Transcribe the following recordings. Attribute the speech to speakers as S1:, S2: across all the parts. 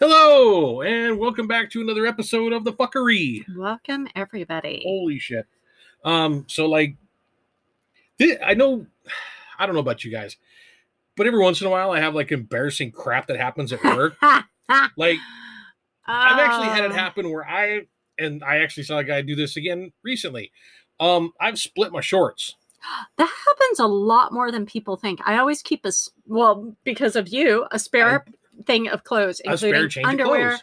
S1: Hello, and welcome back to another episode of the fuckery.
S2: Welcome everybody.
S1: Holy shit. Um, so like thi- I know I don't know about you guys, but every once in a while I have like embarrassing crap that happens at work. like I've actually had it
S2: Oh,
S1: happen where I and I actually saw a guy do this again recently. Um, I've split my shorts.
S2: That happens a lot more than people think. I always keep a s- well because of you a spare thing of clothes,
S1: I spare
S2: including
S1: change
S2: underwear,
S1: of clothes,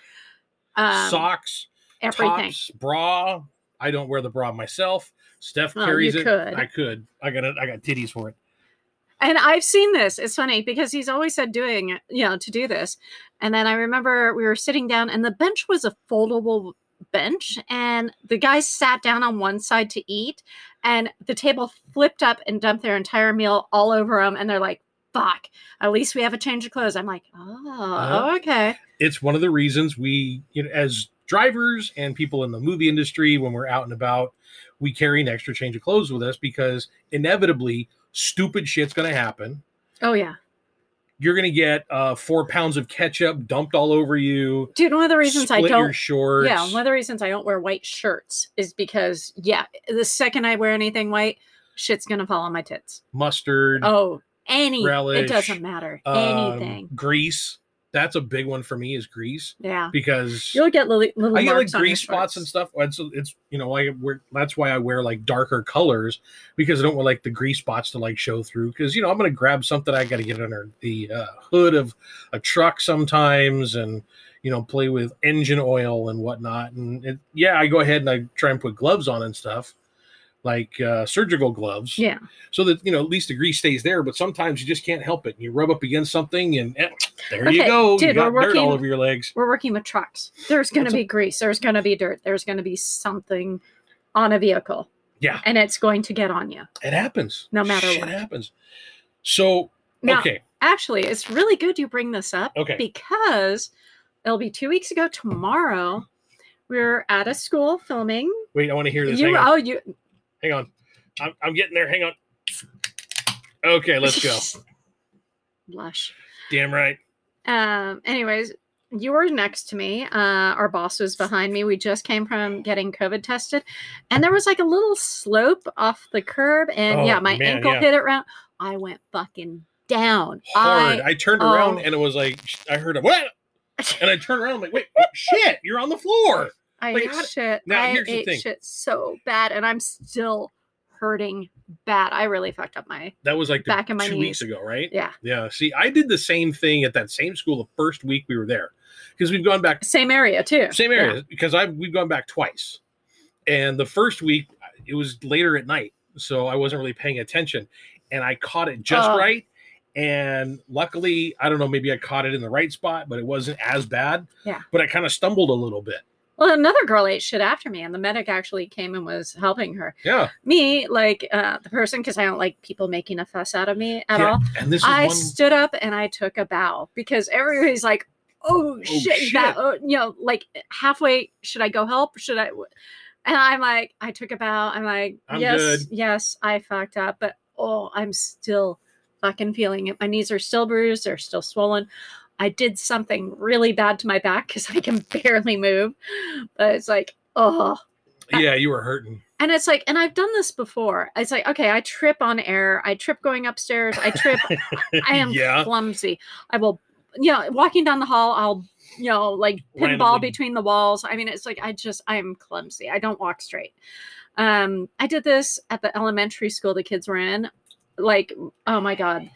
S2: um,
S1: socks,
S2: everything.
S1: tops, bra. I don't wear the bra myself. Steph
S2: Well, Oh, you
S1: carries it.
S2: could.
S1: I could. I got. A, I got titties for it.
S2: And I've seen this. It's funny because he's always said doing it, you know to do this, and then I remember we were sitting down and the bench was a foldable bench and the guys sat down on one side to eat and the table flipped up and dumped their entire meal all over them and they're like fuck at least we have a change of clothes i'm like oh
S1: Uh-huh.
S2: okay
S1: it's one of the reasons we you know as drivers and people in the movie industry when we're out and about we carry an extra change of clothes with us because inevitably stupid shit's going to happen
S2: oh yeah
S1: you're going to get uh, four pounds of ketchup dumped all over you
S2: dude one of the reasons
S1: split
S2: i
S1: your
S2: don't
S1: shorts
S2: yeah one of the reasons i don't wear white shirts is because yeah the second i wear anything white shit's gonna fall on my tits
S1: mustard
S2: Oh, any it
S1: Mm. relish,
S2: doesn't matter.
S1: um,
S2: Anything.
S1: grease that's a big one for me is grease
S2: Yeah.
S1: because
S2: You'll get little, little
S1: I get like
S2: marks on your
S1: grease spots and
S2: shorts.
S1: stuff. It's, it's you know I wear that's why I wear like darker colors because I don't want like the grease spots to like show through because you know I'm gonna grab something I got to get under the uh, hood of a truck sometimes and you know play with engine oil and whatnot and it, yeah I go ahead and I try and put gloves on and stuff like uh, surgical gloves
S2: Yeah.
S1: so that you know at least the grease stays there but sometimes you just can't help it and you rub up against something and eh, there you
S2: Okay,
S1: go you
S2: dude,
S1: got
S2: we're
S1: dirt all
S2: working-
S1: over your legs
S2: We're working with trucks. There's going
S1: It's
S2: to
S1: a-
S2: be grease. There's going to be dirt. There's going to be something on a vehicle
S1: yeah
S2: and it's going to get on you.
S1: It happens.
S2: No matter
S1: Shit
S2: what.
S1: happens. So
S2: Now,
S1: okay,
S2: actually, it's really good you bring this up
S1: Okay.
S2: because it'll be two weeks ago tomorrow. We're at a school filming.
S1: wait. I want to hear this.
S2: You,
S1: hang on.
S2: oh, you.
S1: Hang on. I'm, I'm getting there. Hang on. Okay, let's go.
S2: Blush.
S1: Damn right.
S2: um anyways you were next to me uh our boss was behind me we just came from getting covid tested and there was like a little slope off the curb and
S1: Oh,
S2: yeah my
S1: man,
S2: ankle
S1: yeah.
S2: hit it round i went fucking down
S1: Hard. I, turned around
S2: oh.
S1: and it was like sh- I heard a what? And I turned around. I'm like, wait, what? shit, you're on the floor.
S2: i i
S1: like,
S2: ate
S1: how d-
S2: shit
S1: now,
S2: i
S1: here's the
S2: ate
S1: thing.
S2: shit so bad and i'm still hurting bad i really fucked up my
S1: That was like the
S2: Back of my
S1: two weeks
S2: knees.
S1: ago, right?
S2: yeah
S1: Yeah. See, I did the same thing at that same school the first week we were there because we've gone back
S2: same area too
S1: same
S2: Yeah.
S1: area because I we've gone back twice, and the first week it was later at night, so I wasn't really paying attention, and I caught it just
S2: Oh.
S1: right. And luckily, I don't know, maybe I caught it in the right spot, but it wasn't as bad.
S2: Yeah.
S1: But I kind of stumbled a little bit.
S2: well another girl ate shit after me and the medic actually came and was helping her
S1: Yeah.
S2: me like uh, the person because i don't like people making a fuss out of me at
S1: yeah.
S2: all
S1: And this is
S2: i
S1: one.
S2: stood up and i took a bow because everybody's like oh, shit,
S1: shit.
S2: That, oh, you know like halfway should i go help should i and i'm like i took a bow i'm like
S1: I'm
S2: yes
S1: good."
S2: yes i fucked up but oh i'm still fucking feeling it my knees are still bruised they're still swollen i did something really bad to my back because i can barely move but it's like oh
S1: yeah, you were hurting.
S2: and it's like, and I've done this before. It's like, okay, I trip on air. I trip going upstairs. I trip. I am
S1: yeah.
S2: clumsy. I will, you know, walking down the hall, I'll, you know, like pinball
S1: Randomly.
S2: between the walls. I mean, it's like, I just, I am clumsy. I don't walk straight. Um, I did this at the elementary school the kids were in. Like, oh my God.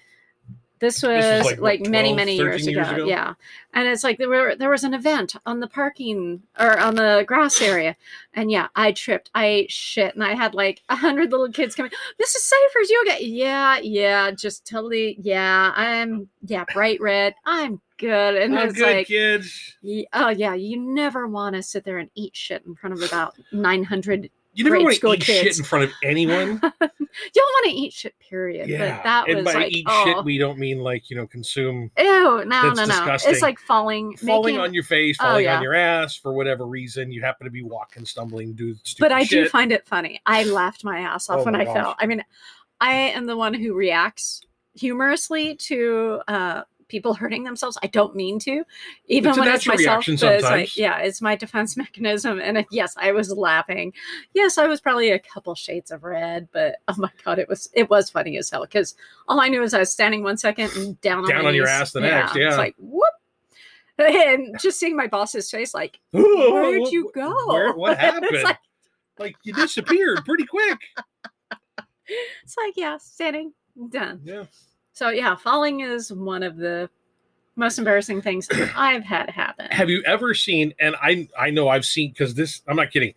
S2: This was,
S1: is like,
S2: like,
S1: what,
S2: many,
S1: 12,
S2: many years
S1: 13
S2: ago.
S1: years ago?
S2: Yeah. And it's like there were there was an event on the parking or on the grass area. And yeah, I tripped. I ate shit. And I had like a hundred little kids coming, This is Cypher's yoga. Yeah, yeah, just totally yeah. I'm yeah, bright red. I'm good. And
S1: I'm
S2: it's
S1: Oh, good,
S2: like
S1: kids.
S2: y- oh yeah, you never want to sit there and eat shit in front of about nine hundred
S1: You never
S2: grade
S1: want to
S2: school
S1: eat shit
S2: kids.
S1: in front of anyone.
S2: you don't want to eat shit, period.
S1: yeah.
S2: But that
S1: and by
S2: was like
S1: eat
S2: oh,
S1: shit, we don't mean like, you know, consume
S2: ew, no,
S1: that's
S2: no, no.
S1: disgusting.
S2: It's like falling,
S1: falling
S2: making,
S1: on your face,
S2: Oh,
S1: falling
S2: yeah.
S1: on your ass for whatever reason. You happen to be walking, stumbling, do stupid
S2: but I
S1: shit.
S2: do find it funny. I laughed my ass off
S1: Oh
S2: when
S1: my
S2: I
S1: gosh.
S2: fell. I mean, I am the one who reacts humorously to uh, people hurting themselves. I don't mean to, even
S1: It's a
S2: when it's
S1: natural
S2: myself.
S1: reaction
S2: but it's
S1: sometimes.
S2: like, yeah, it's my defense mechanism. And uh, yes, I was laughing. Yes, I was probably a couple shades of red, but oh my god, it was it was funny as hell because all I knew was I was standing one second and down on
S1: Down
S2: my
S1: on your
S2: knees.
S1: ass the next, yeah.
S2: it's like whoop. And just seeing my boss's face, like, where'd you go?
S1: Where, what
S2: It's
S1: happened?
S2: like-
S1: like, you disappeared pretty quick.
S2: it's like, yeah, standing, done.
S1: Yeah.
S2: So yeah, falling is one of the most embarrassing things I've had happen.
S1: Have you ever seen? And I I know I've seen because this. I'm not kidding.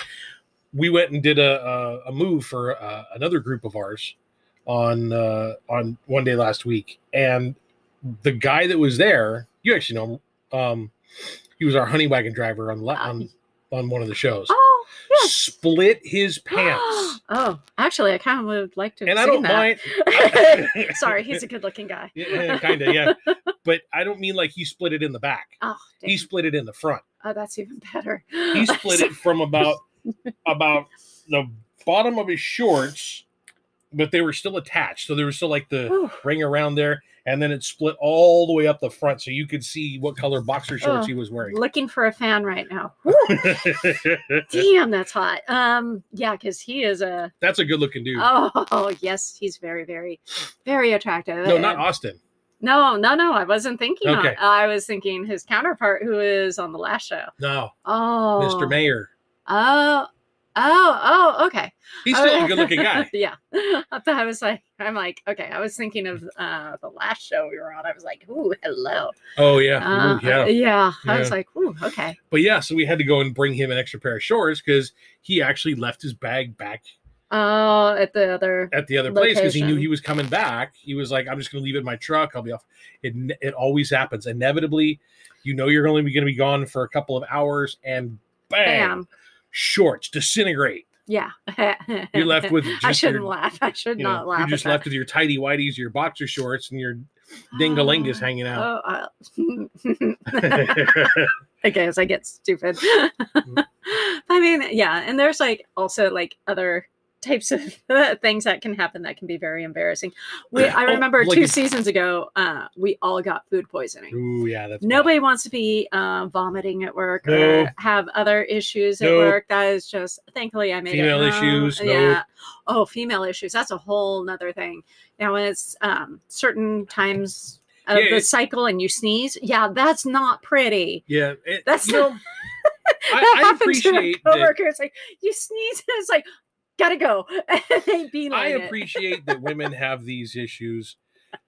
S1: We went and did a a, a move for uh, another group of ours on uh, on one day last week, and the guy that was there, you actually know him. Um, he was our honey wagon driver on la-
S2: Uh,
S1: on on one of the shows.
S2: Oh, yes.
S1: Split his pants,
S2: oh, actually, I kind of would like to. Have
S1: and I don't
S2: seen that.
S1: mind.
S2: Sorry, he's a good-looking guy.
S1: Yeah, kind of, yeah. But I don't mean like he split it in the back.
S2: Oh, dang.
S1: He split it in the front.
S2: oh, that's even better.
S1: He split it from about about the bottom of his shorts, but they were still attached. So there was still like the
S2: Whew.
S1: ring around there, and then it split all the way up the front, so you could see what color boxer shorts
S2: Oh,
S1: he was wearing.
S2: Looking for a fan right now. Whew, Damn, that's hot. Um, yeah, because he is a.
S1: That's a good looking dude.
S2: Oh, yes, he's very, very, very attractive.
S1: no, not
S2: and-
S1: Austin.
S2: No, no, no. I wasn't thinking.
S1: Okay.
S2: on- I was thinking his counterpart, who is on the last show.
S1: No,
S2: Oh,
S1: Mr. Mayor.
S2: Oh, oh, oh. Okay.
S1: He's still a good looking guy.
S2: yeah. I thought I was like, I'm like, okay. I was thinking of uh, the last show we were on. I was like, ooh, hello.
S1: Oh yeah,
S2: Uh,
S1: Ooh, yeah.
S2: yeah. I was
S1: Yeah.
S2: like, ooh, okay.
S1: But yeah, so we had to go and bring him an extra pair of shorts because he actually left his bag back
S2: Oh, at the other.
S1: at the other place because he knew
S2: Location.
S1: he was coming back. He was like, "I'm just going to leave it in my truck. I'll be off." It ne- it always happens. Inevitably, you know you're only going to be gone for a couple of hours, and bam,
S2: Bam.
S1: shorts disintegrate.
S2: Yeah.
S1: You're left with. Just
S2: I shouldn't
S1: your,
S2: laugh. I should
S1: You
S2: not
S1: know,
S2: laugh.
S1: you're just
S2: at that.
S1: left with your tidy whities, your boxer shorts, and your
S2: Ah.
S1: dingalingus hanging out.
S2: Oh, uh, I guess I get stupid.
S1: Mm.
S2: I mean, yeah, and there's like also like other types of things that can happen that can be very embarrassing. We, I
S1: Oh,
S2: remember
S1: like
S2: two
S1: if-
S2: seasons ago, uh, we all got food poisoning.
S1: Ooh, yeah, that's bad.
S2: Nobody wants to be uh, vomiting at work or
S1: No.
S2: have other issues at
S1: No.
S2: work. That is just thankfully I made it
S1: Female
S2: home.
S1: issues, no.
S2: Yeah. Oh, female issues. That's a whole nother thing. Now when it's um, certain times of
S1: Yeah,
S2: the
S1: it-
S2: cycle and you sneeze, yeah, that's not pretty.
S1: Yeah, it-
S2: That's
S1: you know,
S2: that
S1: I, I
S2: happened to a
S1: appreciate that.
S2: coworker. It's like you sneeze, and it's like gotta go. and they beeline
S1: I
S2: it.
S1: appreciate that women have these issues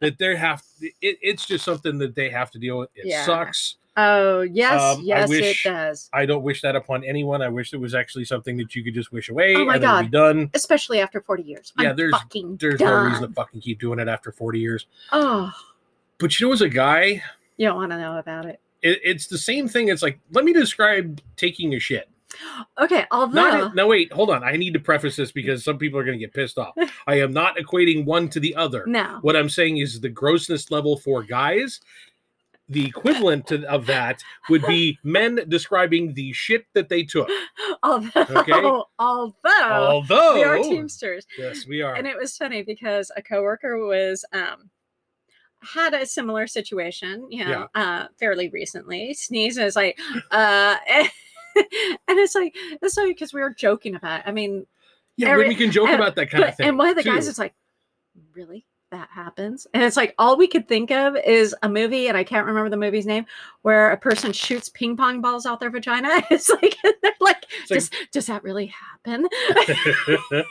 S1: that they have it, it's just something that they have to deal with. It
S2: Yeah.
S1: sucks.
S2: Oh yes,
S1: Um, I
S2: yes,
S1: wish-
S2: it does.
S1: I don't wish that upon anyone. I wish it was actually something that you could just wish away
S2: Oh my
S1: and it would be done.
S2: Especially after forty years.
S1: Yeah,
S2: I'm
S1: there's-
S2: fucking
S1: There's
S2: done.
S1: no reason to fucking keep doing it after 40 years.
S2: Oh,
S1: But you know, as a guy,
S2: you don't want to know about it.
S1: it, it's the same thing. It's like, let me describe taking a shit.
S2: Okay, although
S1: Not no wait, hold on. I need to preface this because some people are gonna get pissed off. I am not equating one to the other.
S2: no,
S1: What I'm saying is the grossness level for guys, the equivalent to, of that would be men describing the shit that they took.
S2: although, although
S1: Although,
S2: Oh, we are Teamsters,
S1: yes, we are.
S2: and it was funny because a coworker was um had a similar situation you know uh fairly recently sneeze and it's like uh and it's like it's funny because we were joking about it. i mean
S1: yeah, women
S2: every-
S1: can joke
S2: and-
S1: about that kind
S2: but-
S1: of thing.
S2: and one of the
S1: too.
S2: guys is like really that happens and it's like all we could think of is a movie and i can't remember the movie's name where a person shoots ping pong balls out their vagina it's like they're like
S1: like-
S2: does, does that really happen
S1: it's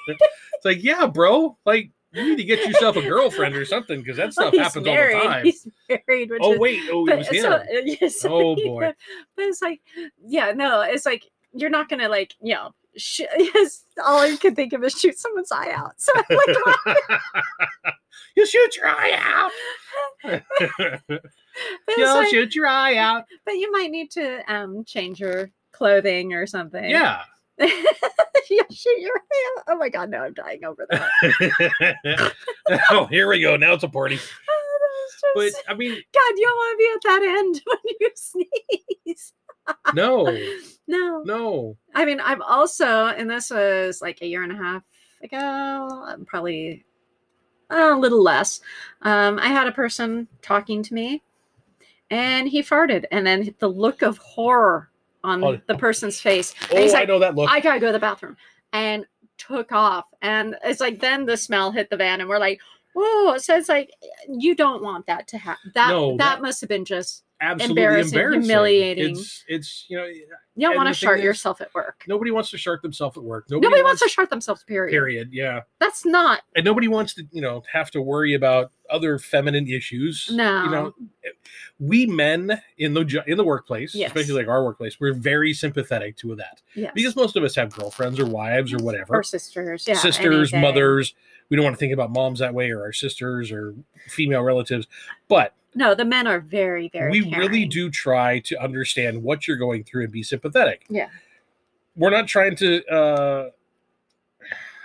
S1: like, yeah, bro, like you need to get yourself a girlfriend or something because that stuff
S2: He's
S1: happens
S2: married.
S1: all the time.
S2: he's married which
S1: Oh
S2: is
S1: wait, oh it was him.
S2: so, uh, yes,
S1: Oh,
S2: yeah,
S1: boy.
S2: But it's like, yeah, no, it's like you're not gonna like, you know, sh- yes, all I could think of is shoot someone's eye out. So I'm like,
S1: you shoot your eye out.
S2: but, it's
S1: You'll
S2: like,
S1: shoot your eye out.
S2: but you might need to um change your clothing or something.
S1: Yeah.
S2: yeah, shoot your eye out. Oh my god, no, I'm dying over that.
S1: oh, here we go. Now it's a party.
S2: Oh, that was
S1: But
S2: just-
S1: I mean,
S2: God, you don't want to be at that end when you sneeze.
S1: no,
S2: No.
S1: no.
S2: I mean, I've also, and this was like a year and a half ago, um, probably a little less. Um, I had a person talking to me, and he farted. And then the look of horror on
S1: Oh.
S2: the person's face. And
S1: Oh,
S2: he's
S1: I
S2: like,
S1: know that look.
S2: I gotta go to the bathroom. And took off. And it's like then the smell hit the van and we're like, whoa. So it's like you don't want that to happen. That
S1: No,
S2: that,
S1: that-
S2: must have been just
S1: Absolutely
S2: embarrassing,
S1: embarrassing.
S2: humiliating.
S1: It's it's you know
S2: you don't
S1: And
S2: want
S1: the
S2: to
S1: thing
S2: shart
S1: is,
S2: yourself at work.
S1: nobody wants to shart themselves at work.
S2: Nobody, wants, to shart themselves, period.
S1: period. Yeah.
S2: That's not
S1: and nobody wants to you know have to worry about other feminine issues
S2: no.
S1: you know we men in the jo- in the workplace
S2: Yes.
S1: especially like our workplace we're very sympathetic to that
S2: yes.
S1: because most of us have girlfriends or wives or whatever
S2: or sisters, yeah,
S1: sisters
S2: anything.
S1: mothers we don't want to think about moms that way or our sisters or female relatives but
S2: No, the men are very, very.
S1: we really
S2: caring.
S1: do try to understand what you're going through and be sympathetic
S2: Yeah.
S1: we're not trying to uh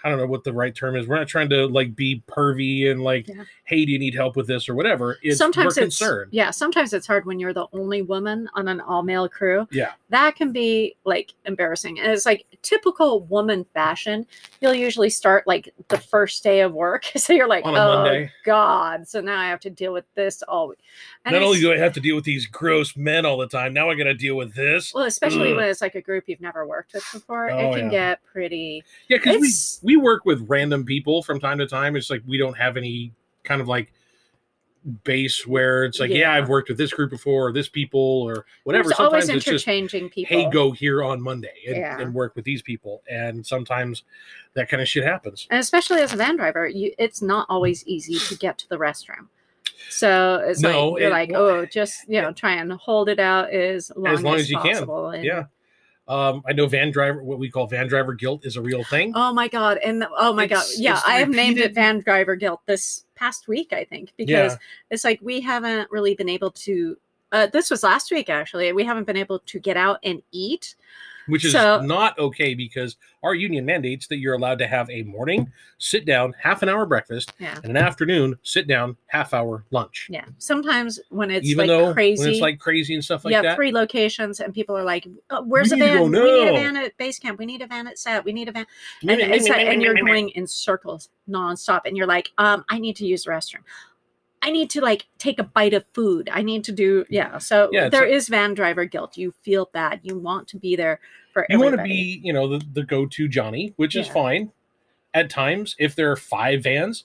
S1: i don't know what the right term is we're not trying to like be pervy and like
S2: Yeah.
S1: hey do you need help with this or whatever it's
S2: sometimes
S1: we're
S2: it's
S1: concerned
S2: yeah. Sometimes it's hard when you're the only woman on an all male crew.
S1: Yeah.
S2: that can be like embarrassing, and it's like typical woman fashion. You'll usually start like the first day of work, so you're like,
S1: On a
S2: oh
S1: Monday."
S2: god, so now I have to deal with this all week. And
S1: not only
S2: it's-
S1: do i have to deal with these gross men all the time now i gotta deal with this
S2: well, especially
S1: Ugh.
S2: when it's like a group you've never worked with before,
S1: Oh,
S2: it can
S1: yeah.
S2: get pretty.
S1: yeah because we
S2: It's-
S1: we work with random people from time to time it's like we don't have any kind of like base where it's like yeah,
S2: Yeah.
S1: i've worked with this group before or this people or whatever
S2: There's
S1: sometimes
S2: always
S1: it's just
S2: interchanging people.
S1: hey go here on monday and,
S2: Yeah.
S1: and work with these people and sometimes that kind of shit happens
S2: and especially as a van driver, you, it's not always easy to get to the restroom. So it's
S1: No,
S2: like you're
S1: it-
S2: like,
S1: well,
S2: oh, just you know, try and hold it out as long as,
S1: long as you can,
S2: possible. And,
S1: yeah um, i know van driver what we call van driver guilt is a real thing
S2: Oh my god, and the- oh my god,
S1: It's-
S2: yeah,
S1: it's the
S2: I have named it
S1: repeated-
S2: van driver guilt this past week, I think, because it's like we haven't really been able to. Uh, this was last week actually. We haven't been able to get out and eat.
S1: which is
S2: so-
S1: not okay because our union mandates that you're allowed to have a morning sit down half an hour breakfast
S2: Yeah.
S1: and an afternoon sit down half hour lunch
S2: Yeah, sometimes when it's
S1: even
S2: like
S1: though
S2: crazy,
S1: when it's like crazy and stuff like
S2: yeah,
S1: that
S2: three locations, and people are like, uh, "Where's
S1: need
S2: a
S1: to go
S2: van? We need a
S1: now."
S2: van at base camp. We need a van at set. We need a van." And, it's like, and you're going in circles nonstop, and you're like, "Um, I need to use the restroom. I need to like take a bite of food. I need to do yeah." So
S1: Yeah,
S2: there is
S1: it's
S2: van driver guilt. You feel bad. You want to be there for
S1: you want to
S2: everybody.
S1: be you know the, the go-to johnny which is
S2: Yeah.
S1: fine at times if there are five vans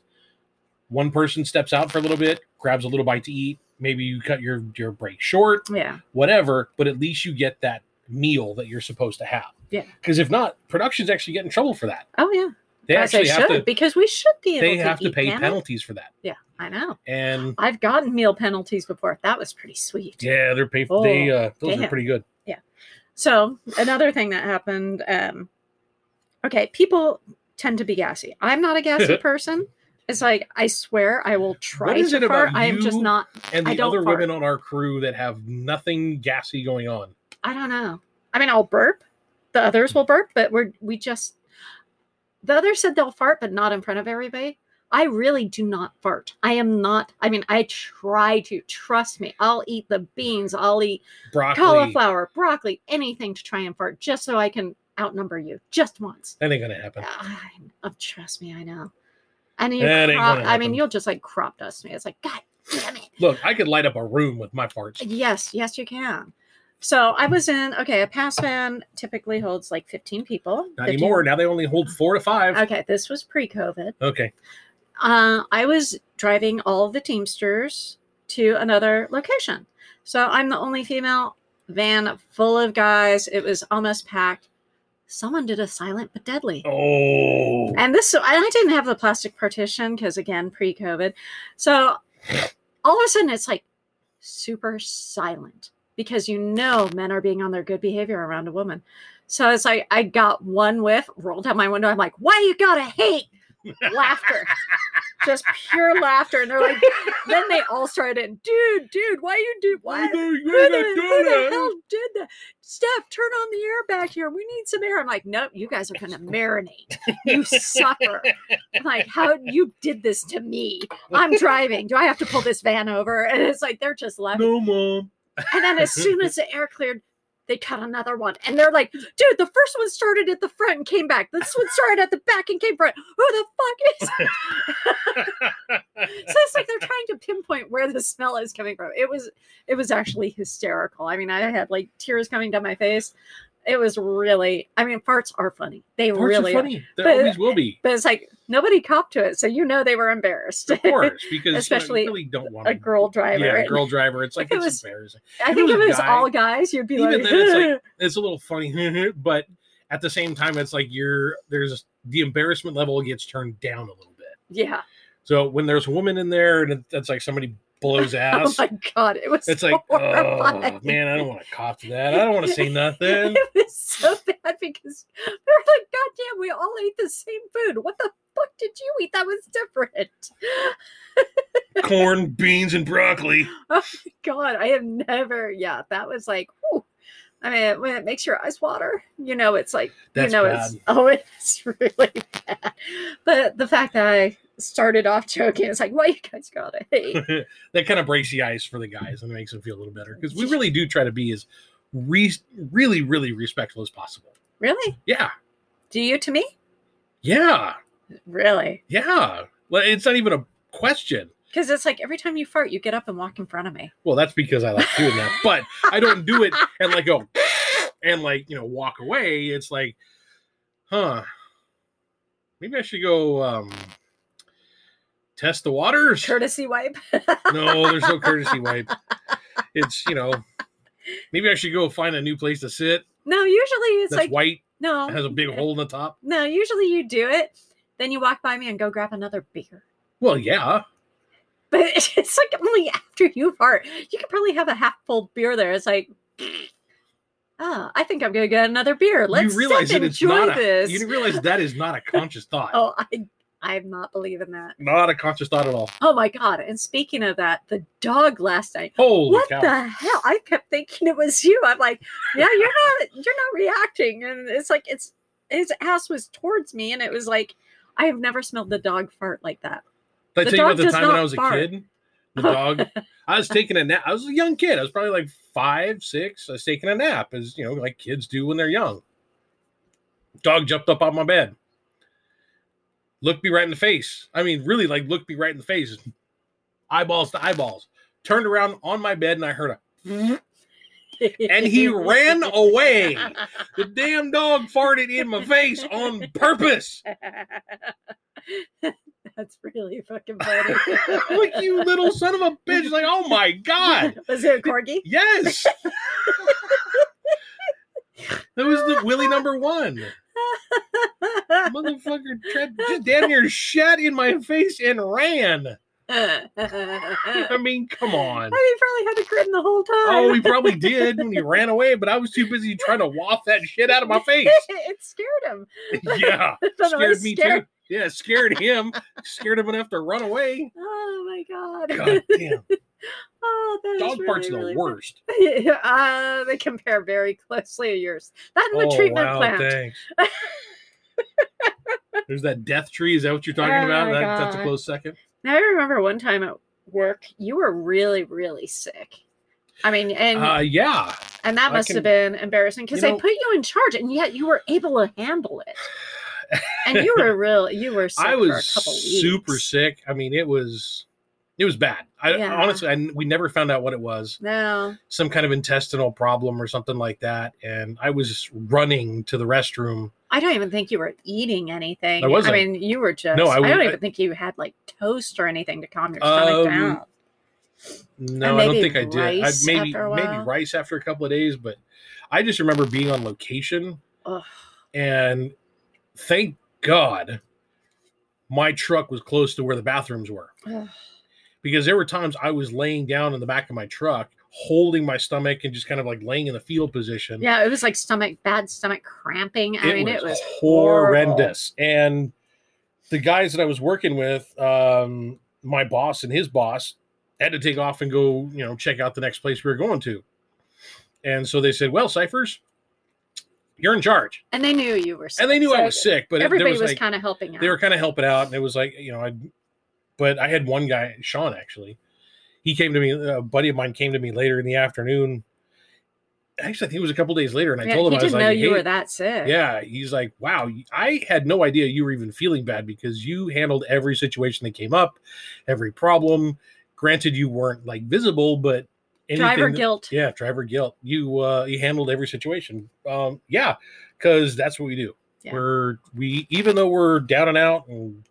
S1: one person steps out for a little bit grabs a little bite to eat maybe you cut your your break short
S2: yeah.
S1: whatever, but at least you get that meal that you're supposed to have.
S2: Yeah.
S1: Because if not, production's actually get in trouble for that.
S2: Oh yeah.
S1: They
S2: As
S1: actually
S2: should
S1: have to
S2: because we should be able
S1: they
S2: to
S1: have to
S2: eat,
S1: pay
S2: damn it.
S1: penalties for that.
S2: I know.
S1: And
S2: I've gotten meal penalties before. That was pretty sweet.
S1: yeah, they're paid
S2: Oh,
S1: they uh those
S2: damn.
S1: are pretty good.
S2: So another thing that happened. Um, okay, people tend to be gassy. I'm not a gassy person. It's like I swear I will try
S1: is
S2: to
S1: it about
S2: fart. I am just
S1: you
S2: not.
S1: And
S2: I
S1: the
S2: don't
S1: other
S2: fart.
S1: women on our crew that have nothing gassy going on.
S2: I don't know. I mean, I'll burp. The others will burp, but we're we just. The others said they'll fart, but not in front of everybody. I really do not fart. I am not. I mean, I try to. Trust me. I'll eat the beans. I'll eat
S1: Broccoli.
S2: cauliflower, broccoli, anything to try and fart, just so I can outnumber you just once.
S1: That ain't gonna happen.
S2: I, oh, trust me, I know. And you,
S1: That ain't
S2: crop,
S1: gonna
S2: I mean,
S1: happen.
S2: you'll just like crop dust me. It's like, God damn it.
S1: Look, I could light up a room with my farts.
S2: Yes, yes, you can. So I was in, okay, a pass van typically holds like 15 people.
S1: Not
S2: 15
S1: anymore. Now they only hold four to five.
S2: Okay, this was pre COVID.
S1: Okay.
S2: Uh, I was driving all of the Teamsters to another location. So I'm the only female van full of guys. It was almost packed. Someone did a silent but deadly.
S1: Oh
S2: And this, and I didn't have the plastic partition because, again, pre COVID. So all of a sudden, it's like super silent because you know men are being on their good behavior around a woman. So it's like I got one whiff, rolled out my window. I'm like, why you gotta hate? Laughter. Just pure laughter. And they're like, then they all started in, dude, dude, why you do what? Who the, who the hell did that? Steph, turn on the air back here. We need some air. I'm like, nope, you guys are gonna marinate. You sucker. I'm like, how you did this to me. I'm driving. Do I have to pull this van over? And it's like they're just laughing.
S1: No mom.
S2: And then as soon as the air cleared, they cut another one. And they're like, dude, the first one started at the front and came back. This one started at the back and came front. Who the fuck is So it's like they're trying to pinpoint where the smell is coming from. It was it was actually hysterical. I mean, I had like tears coming down my face. It was really I mean, farts are funny. They
S1: Parts
S2: really
S1: are
S2: are.
S1: funny. There
S2: But-
S1: always will be,
S2: But it's like nobody copped to it, so you know they were embarrassed.
S1: of course, because
S2: Especially
S1: you, know, you really don't want
S2: a girl driver.
S1: Yeah,
S2: And
S1: girl driver. It's like
S2: If it
S1: it's
S2: was-
S1: embarrassing.
S2: I
S1: if
S2: think
S1: it
S2: if
S1: was
S2: it was
S1: guy-
S2: all guys, you'd be
S1: even
S2: like,
S1: then, it's It's a little funny, but at the same time, it's like you're there's the embarrassment level gets turned down a little bit.
S2: yeah.
S1: So when there's a woman in there and it- that's like somebody blows
S2: Oh
S1: ass,
S2: my god, it was.
S1: it's like, oh
S2: horrifying.
S1: man, I don't want to cop to that. I don't want to say nothing.
S2: It was so bad because we were like, God damn, we all ate the same food. What the fuck did you eat that was different?
S1: Corn, beans, and broccoli.
S2: God, I have never. Yeah, that was like. whew. I mean, when it makes your eyes water, you know it's like
S1: That's
S2: you know
S1: bad.
S2: it's oh, it's really bad. But the fact that I started off joking, it's like, well, you guys got to hate.
S1: that kind of breaks the ice for the guys and makes them feel a little better because we really do try to be as re- really, really respectful as possible.
S2: really?
S1: Yeah,
S2: Do you to me?
S1: yeah,
S2: Really?
S1: yeah. Like, It's not even a question.
S2: Because it's like every time you fart, you get up and walk in front of me.
S1: Well, that's because I like doing that, but I don't do it and like go and like you know walk away. It's like, huh? Maybe I should go um test the waters.
S2: Courtesy wipe.
S1: No, there's no courtesy wipe. It's you know, maybe I should go find a new place to sit
S2: No, usually it's
S1: that's
S2: like
S1: white
S2: no.
S1: has a big hole in the top.
S2: No, usually you do it, then you walk by me and go grab another beer.
S1: Well, yeah,
S2: But it's like only after you fart. You could probably have a half full beer there. It's like, ah, I think I'm gonna get another beer. Let's
S1: you realize
S2: sip,
S1: that it's
S2: enjoy
S1: not.
S2: this.
S1: A, you realize that is not a conscious thought.
S2: oh, I I'm not believing that.
S1: Not a conscious thought at all.
S2: Oh my god! And speaking of that, the dog last night.
S1: Holy
S2: what
S1: cow!
S2: the hell? I kept thinking it was you. I'm like, yeah, you're not you're not reacting. And it's like it's his ass was towards me, and it was like, I have never smelled the dog fart like that.
S1: Did I tell
S2: The
S1: you
S2: dog
S1: about the
S2: does
S1: time when
S2: not
S1: I was
S2: bark.
S1: a kid? The dog. I was taking a nap. I was a young kid. I was probably like five, six. I was taking a nap, as you know, like kids do when they're young. Dog jumped up on my bed, looked me right in the face. I mean, really, like looked me right in the face, eyeballs to eyeballs. Turned around on my bed, and I heard a and he ran away. The damn dog farted in my face on purpose.
S2: That's really fucking funny.
S1: like you little son of a bitch. Like, oh my Oh god.
S2: Was it a corgi?
S1: Yes. that was the Willie number one. Motherfucker tried, just damn near shat in my face and ran. I
S2: I
S1: mean, come on.
S2: mean, probably had a grin the whole time.
S1: Oh, he probably did when he ran away, but I was too busy trying to waft that shit out of my face.
S2: it scared him.
S1: Yeah.
S2: But I
S1: Scared
S2: was
S1: me
S2: scared.
S1: too. Yeah, scared him. Scared him enough to run away.
S2: Oh my god.
S1: God damn.
S2: Oh, that is
S1: Dog parts
S2: really,
S1: are
S2: really
S1: the worst.
S2: funny. uh, they compare very closely to yours. That and the treatment plant.
S1: Oh, thanks. There's that death tree. Is that what you're talking
S2: Oh
S1: about?
S2: my
S1: That, that's a
S2: God.
S1: close second.
S2: Now, I remember one time at work, you were really, really sick. I mean, and
S1: uh, yeah.
S2: and that
S1: I
S2: must
S1: can-
S2: have been embarrassing because
S1: you know-
S2: they put you in charge, and yet you were able to handle it. and you were real. You were. Sick
S1: I
S2: for
S1: was
S2: a couple
S1: super
S2: weeks.
S1: sick. I mean, it was it was bad. I
S2: Yeah.
S1: honestly, I, we never found out what it was.
S2: No.
S1: Some kind of intestinal problem or something like that. And I was running to the restroom.
S2: I don't even think you were eating anything.
S1: I wasn't.
S2: mean, you were just.
S1: No, I
S2: I, don't
S1: would-
S2: even think you had like toast or anything to calm your stomach
S1: Um,
S2: down.
S1: No,
S2: And
S1: I don't
S2: maybe
S1: think I did. I,
S2: rice
S1: maybe
S2: after a
S1: maybe
S2: while.
S1: rice after a couple of days, but I just remember being on location
S2: Ugh.
S1: and thank God my truck was close to where the bathrooms were.
S2: Ugh.
S1: because there were times I was laying down in the back of my truck, holding my stomach and just kind of like laying in the fetal position.
S2: Yeah, it was like stomach, bad stomach cramping. I
S1: um, it,
S2: mean,
S1: was
S2: it was
S1: horrendous. And the guys that I was working with, um, my boss and his boss, had to take off and go, you know, check out the next place we were going to. And so they said, "Well, Ciphers, you're in charge."
S2: And they knew you were sick.
S1: And they knew
S2: so
S1: I was sick, but it-
S2: Everybody
S1: there
S2: was,
S1: was, like,
S2: kind of helping out.
S1: they were kind of helping out, and it was like you know, I. But I had one guy, Sean, actually. He came to me. A buddy of mine came to me later in the afternoon, actually, I think it was a couple days later, and I
S2: Yeah,
S1: told him
S2: he
S1: I was
S2: didn't
S1: like,
S2: know you
S1: "Hey,
S2: were that sick.
S1: Yeah, he's like, wow, I had no idea you were even feeling bad because you handled every situation that came up, every problem. Granted, you weren't like visible, but anything
S2: Driver
S1: that-
S2: guilt.
S1: yeah, driver guilt. You uh, you handled every situation. Um, yeah, because that's what we do.
S2: Yeah.
S1: We're we even though we're down and out and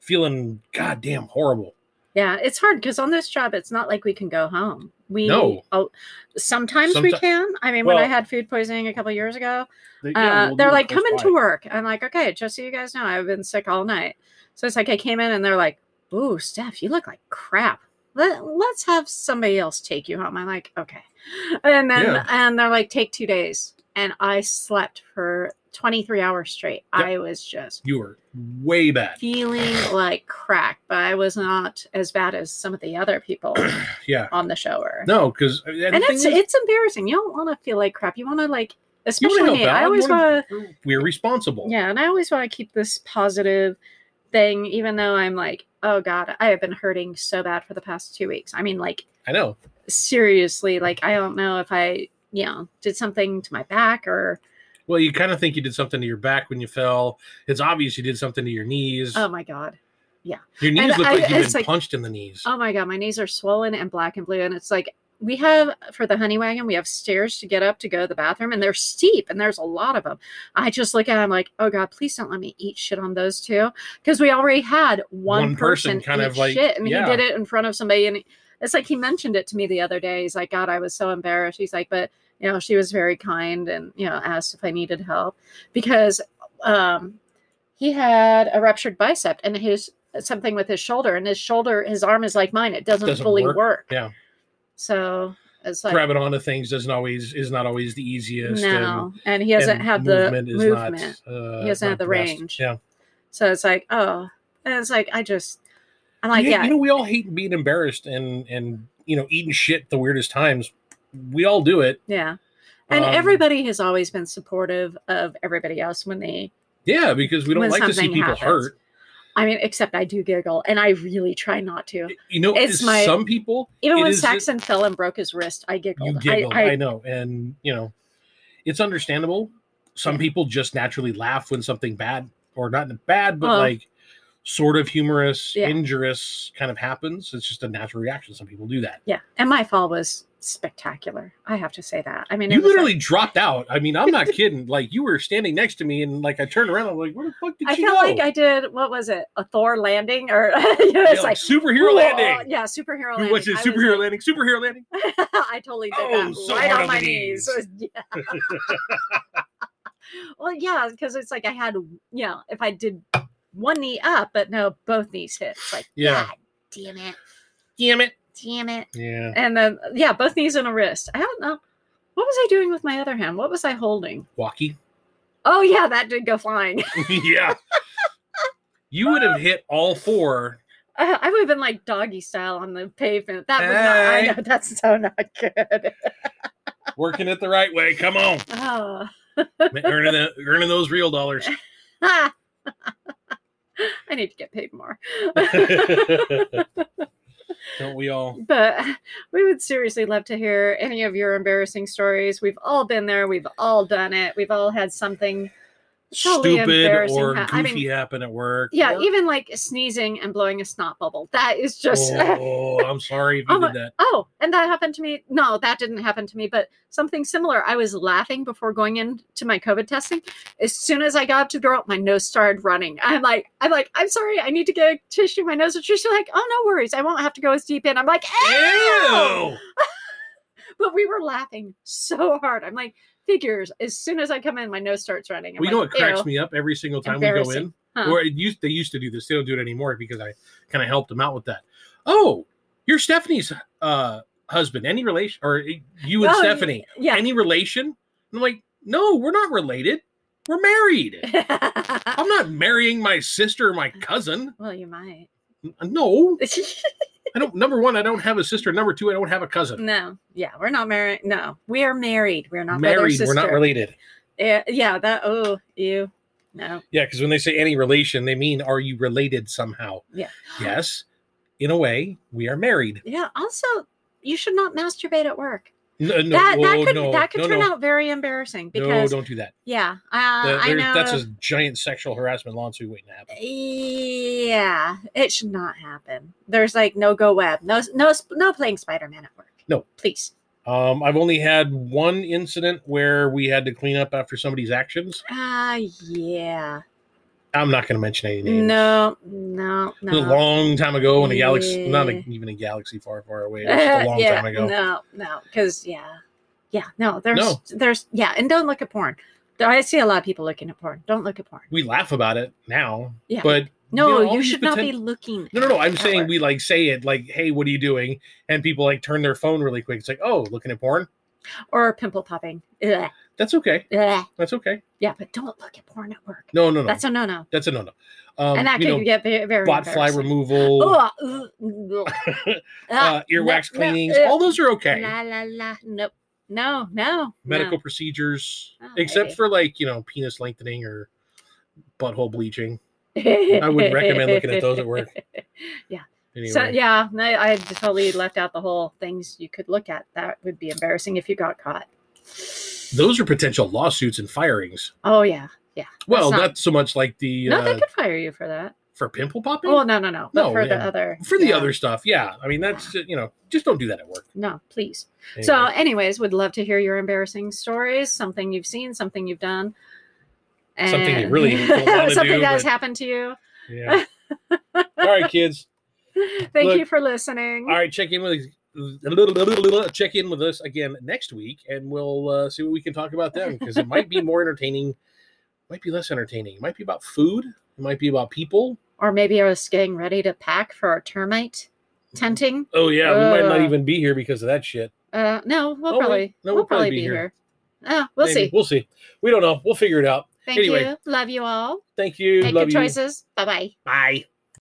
S1: feeling goddamn horrible.
S2: Yeah, it's hard because on this job, it's not like we can go home. We
S1: No.
S2: oh, sometimes we
S1: Someti-
S2: can. I mean, when I
S1: Well-
S2: had food poisoning a couple years ago,
S1: They-
S2: uh,
S1: yeah, well,
S2: they're
S1: you're
S2: like,
S1: close
S2: "Come into
S1: by.
S2: work." I'm like, "Okay, just so you guys know, I've been sick all night." So it's like I came in and they're like, "Ooh, Steph, you look like crap. Let let's have somebody else take you home." I'm like, "Okay," and then
S1: Yeah.
S2: and they're like, "Take two days," and I slept for 23 hours straight.
S1: Yep.
S2: I was just
S1: You were way bad.
S2: feeling like crack, but I was not as bad as some of the other people
S1: Yeah.
S2: on the show were.
S1: No, uh, because
S2: and it's it's embarrassing. You don't want to feel like crap. You want to like,
S1: You wanna
S2: especially me.
S1: help out,
S2: I
S1: you
S2: always
S1: wanna-
S2: want to
S1: we're responsible.
S2: yeah, and I always want to keep this positive thing, even though I'm like, oh God, I have been hurting so bad for the past two weeks. I mean, like,
S1: I know.
S2: seriously, like, I don't know if I, you know, did something to my back or,
S1: Well, you kind of think you did something to your back when you fell. It's obvious you did something to your knees.
S2: oh my God.
S1: your knees
S2: and
S1: look
S2: I-
S1: like you've
S2: it's
S1: been
S2: like-
S1: punched in the knees.
S2: Oh my God, my knees are swollen and black and blue. And it's like, we have for the honey wagon, we have stairs to get up to go to the bathroom, and they're steep, and there's a lot of them. I just look at them like, oh God, please don't let me eat shit on those two. Because we already had one,
S1: One person kind
S2: eat
S1: of like-
S2: shit, and
S1: yeah.
S2: he did it in front of somebody. And it's like he mentioned it to me the other day. He's like, God, I was so embarrassed. He's like, but you know, she was very kind and, you know, asked if I needed help because um, he had a ruptured bicep and his something with his shoulder and his shoulder, his arm is like mine. It doesn't,
S1: Doesn't
S2: fully
S1: work,
S2: work.
S1: yeah.
S2: So it's like,
S1: Grabbing onto things doesn't always is not always the easiest.
S2: no. And, he hasn't
S1: and
S2: had the
S1: movement is not,
S2: movement.
S1: uh,
S2: He hasn't
S1: not
S2: had the
S1: best.
S2: range.
S1: Yeah.
S2: so it's like, oh, and it's like, I just, I'm like,
S1: You-
S2: yeah,
S1: You know, we all hate being embarrassed and and you know eating shit at the weirdest times. We all do it.
S2: yeah. And
S1: Um,
S2: everybody has always been supportive of everybody else when they
S1: Yeah, because we don't
S2: when
S1: like to see
S2: something
S1: people
S2: happens.
S1: hurt.
S2: I mean, except I do giggle, and I really try not to.
S1: You know,
S2: It's my-
S1: some people
S2: Even
S1: It
S2: when
S1: is-
S2: Saxon fell and broke his wrist, I
S1: you
S2: giggled.
S1: giggle.
S2: I,
S1: I,
S2: I,
S1: know, and you know, it's understandable. Some
S2: Yeah.
S1: people just naturally laugh when something bad, or not bad, but
S2: Well-
S1: like sort of humorous,
S2: Uh-huh. Yeah.
S1: injurious kind of happens. It's just a natural reaction. Some people do that.
S2: yeah, and my fall was spectacular. I have to say that. I mean, it
S1: You
S2: was like-
S1: literally dropped out. I mean, I'm not kidding. Like you were standing next to me, and like I turned around, I'm like, "Where the fuck did
S2: I
S1: she
S2: felt
S1: go?"
S2: like I did. What was it? A Thor landing, or you know,
S1: Yeah,
S2: it's
S1: like,
S2: like
S1: superhero
S2: "Whoa,"
S1: landing.
S2: Yeah, superhero
S1: We
S2: landing.
S1: watched it,
S2: I was
S1: superhero
S2: like-
S1: landing, superhero landing.
S2: I totally did
S1: Oh,
S2: that
S1: so
S2: right
S1: hard
S2: on
S1: on
S2: my
S1: the
S2: knees. Yeah. well, yeah, because it's like I had, you know, if I did one knee up, but no, both knees hit. It's like,
S1: Yeah.
S2: God damn it,
S1: Damn it.
S2: damn it.
S1: Yeah.
S2: And then, yeah, both knees and a wrist. I don't know. What was I doing with my other hand? What was I holding?
S1: Walkie.
S2: Oh, yeah, that did go flying.
S1: yeah. You would have hit all four.
S2: I I would have been like doggy style on the pavement. That would not, I
S1: Hey.
S2: know, that's so not good.
S1: Working it the right way. Come on.
S2: Oh.
S1: Earning, the, earning those real dollars.
S2: I need to get paid more.
S1: Don't we all?
S2: but we would seriously love to hear any of your embarrassing stories. We've all been there. We've all done it. We've all had something. Totally
S1: Stupid
S2: embarrassing
S1: or
S2: ha-
S1: goofy
S2: I mean-
S1: happen at work.
S2: Yeah,
S1: Or-
S2: even like sneezing and blowing a snot bubble. That is just.
S1: Oh, I'm sorry if you
S2: Oh my-
S1: did that.
S2: Oh, and that happened to me. No, that didn't happen to me, but something similar. I was laughing before going into my COVID testing. As soon as I got up to the door, my nose started running. I'm like, I'm like, I'm sorry, I need to get a tissue. My nose is just like, oh, no worries. I won't have to go as deep in. I'm like, ew.
S1: Ew.
S2: But we were laughing so hard. I'm like, figures. As soon as I come in, my nose starts running. I'm
S1: Well, you know
S2: like,
S1: what cracks
S2: ew.
S1: me up every single time we go in?
S2: Embarrassing. Huh.
S1: Or it used they used to do this. They don't do it anymore because I kind of helped them out with that. Oh, you're Stephanie's uh husband. Any relation or uh, you and
S2: Oh, y-
S1: Stephanie?
S2: Yeah.
S1: Any relation? And I'm like, no, we're not related. We're married. I'm not marrying my sister or my cousin.
S2: well, you might.
S1: N- No, I don't. Number one, I don't have a sister. Number two, I don't have a cousin.
S2: no. Yeah, we're not married. No, we are married. We're Mm, not brother or
S1: married, we're not
S2: sister.
S1: related.
S2: Yeah, Eh, yeah, that oh you no.
S1: Yeah, because when they say any relation, they mean are you related somehow?
S2: Yeah.
S1: Yes, in a way, we are married.
S2: Yeah, also you should not masturbate at work.
S1: No, no,
S2: that that
S1: whoa,
S2: could
S1: no,
S2: that could
S1: no,
S2: turn
S1: no.
S2: out very embarrassing
S1: No,
S2: because
S1: don't do that.
S2: yeah, uh,
S1: That-
S2: I
S1: there-
S2: know.
S1: That's a giant sexual harassment lawsuit waiting to happen.
S2: yeah, it should not happen. There's like no go web, no no sp- no playing Spider Man at work.
S1: No.
S2: please.
S1: Um, I've only had one incident where we had to clean up after somebody's actions.
S2: Ah, yeah.
S1: I'm not going to mention any names.
S2: No, no,
S1: It was
S2: no.
S1: a long time ago in a galaxy,
S2: Yeah.
S1: not a, even a galaxy far, far away. It was just a long
S2: yeah,
S1: time ago.
S2: No, no, because yeah, yeah, no. There's
S1: No.
S2: there's yeah, and don't look at porn. I see a lot of people looking at porn. Don't look at porn.
S1: We laugh about it now,
S2: Yeah.
S1: but
S2: no,
S1: all
S2: you
S1: these
S2: should not be
S1: poten-
S2: looking.
S1: no, no, no.
S2: at
S1: I'm
S2: that
S1: saying
S2: work.
S1: we like say it like, "Hey, what are you doing?" And people like turn their phone really quick. It's like, "Oh, looking at porn."
S2: or pimple popping. Ugh,
S1: That's okay.
S2: ugh.
S1: That's okay.
S2: Yeah, but don't look at porn at work.
S1: No, no, no. That's
S2: That's
S1: a,
S2: a no no.
S1: no, no. Um,
S2: and that
S1: you
S2: could
S1: know,
S2: get very, very
S1: bot fly
S2: embarrassing.
S1: removal,
S2: Ugh, ugh, ugh.
S1: uh,
S2: Ah,
S1: earwax
S2: no, no,
S1: cleanings.
S2: ugh.
S1: all those are okay.
S2: La la la. Nope. No, no.
S1: medical
S2: no.
S1: procedures,
S2: Oh,
S1: except
S2: maybe.
S1: for like you know penis lengthening or butthole bleaching. I wouldn't recommend looking at those at work. Anyway,
S2: So yeah, no, I had totally left out the whole things you could look at. That would be embarrassing if you got caught.
S1: those are potential lawsuits and firings.
S2: Oh yeah.
S1: Well,
S2: not-
S1: not, so much like the
S2: No,
S1: uh,
S2: they could fire you for that.
S1: for pimple popping.
S2: Well, no, no, no. But
S1: No,
S2: for the
S1: yeah.
S2: other.
S1: for the
S2: yeah.
S1: other stuff, yeah. I mean, that's you know, just don't do that at work.
S2: No, please.
S1: Anyway.
S2: So, anyways, would love to hear your embarrassing stories, something you've seen, something you've done.
S1: Something you
S2: and-
S1: really don't wanna
S2: something
S1: do,
S2: that has
S1: but-
S2: happened to you.
S1: yeah. All right, kids.
S2: Thank
S1: Look-
S2: you for listening.
S1: All right, check in with check in with us again next week, and we'll uh, see what we can talk about then because it might be more entertaining, might be less entertaining. It might be about food. It might be about people.
S2: Or maybe I was getting ready to pack for our termite tenting.
S1: Oh yeah, we might not
S2: Ugh.
S1: even be here because of that shit.
S2: Uh, no, we'll
S1: Oh, wait.
S2: probably
S1: No,
S2: we'll, probably be here. Oh, we'll
S1: Maybe.
S2: see.
S1: We'll see. We don't know. We'll figure it out.
S2: Thank
S1: Anyway.
S2: you. Love you all.
S1: Thank you.
S2: Make
S1: Love
S2: good
S1: you.
S2: choices. Bye bye.
S1: Bye.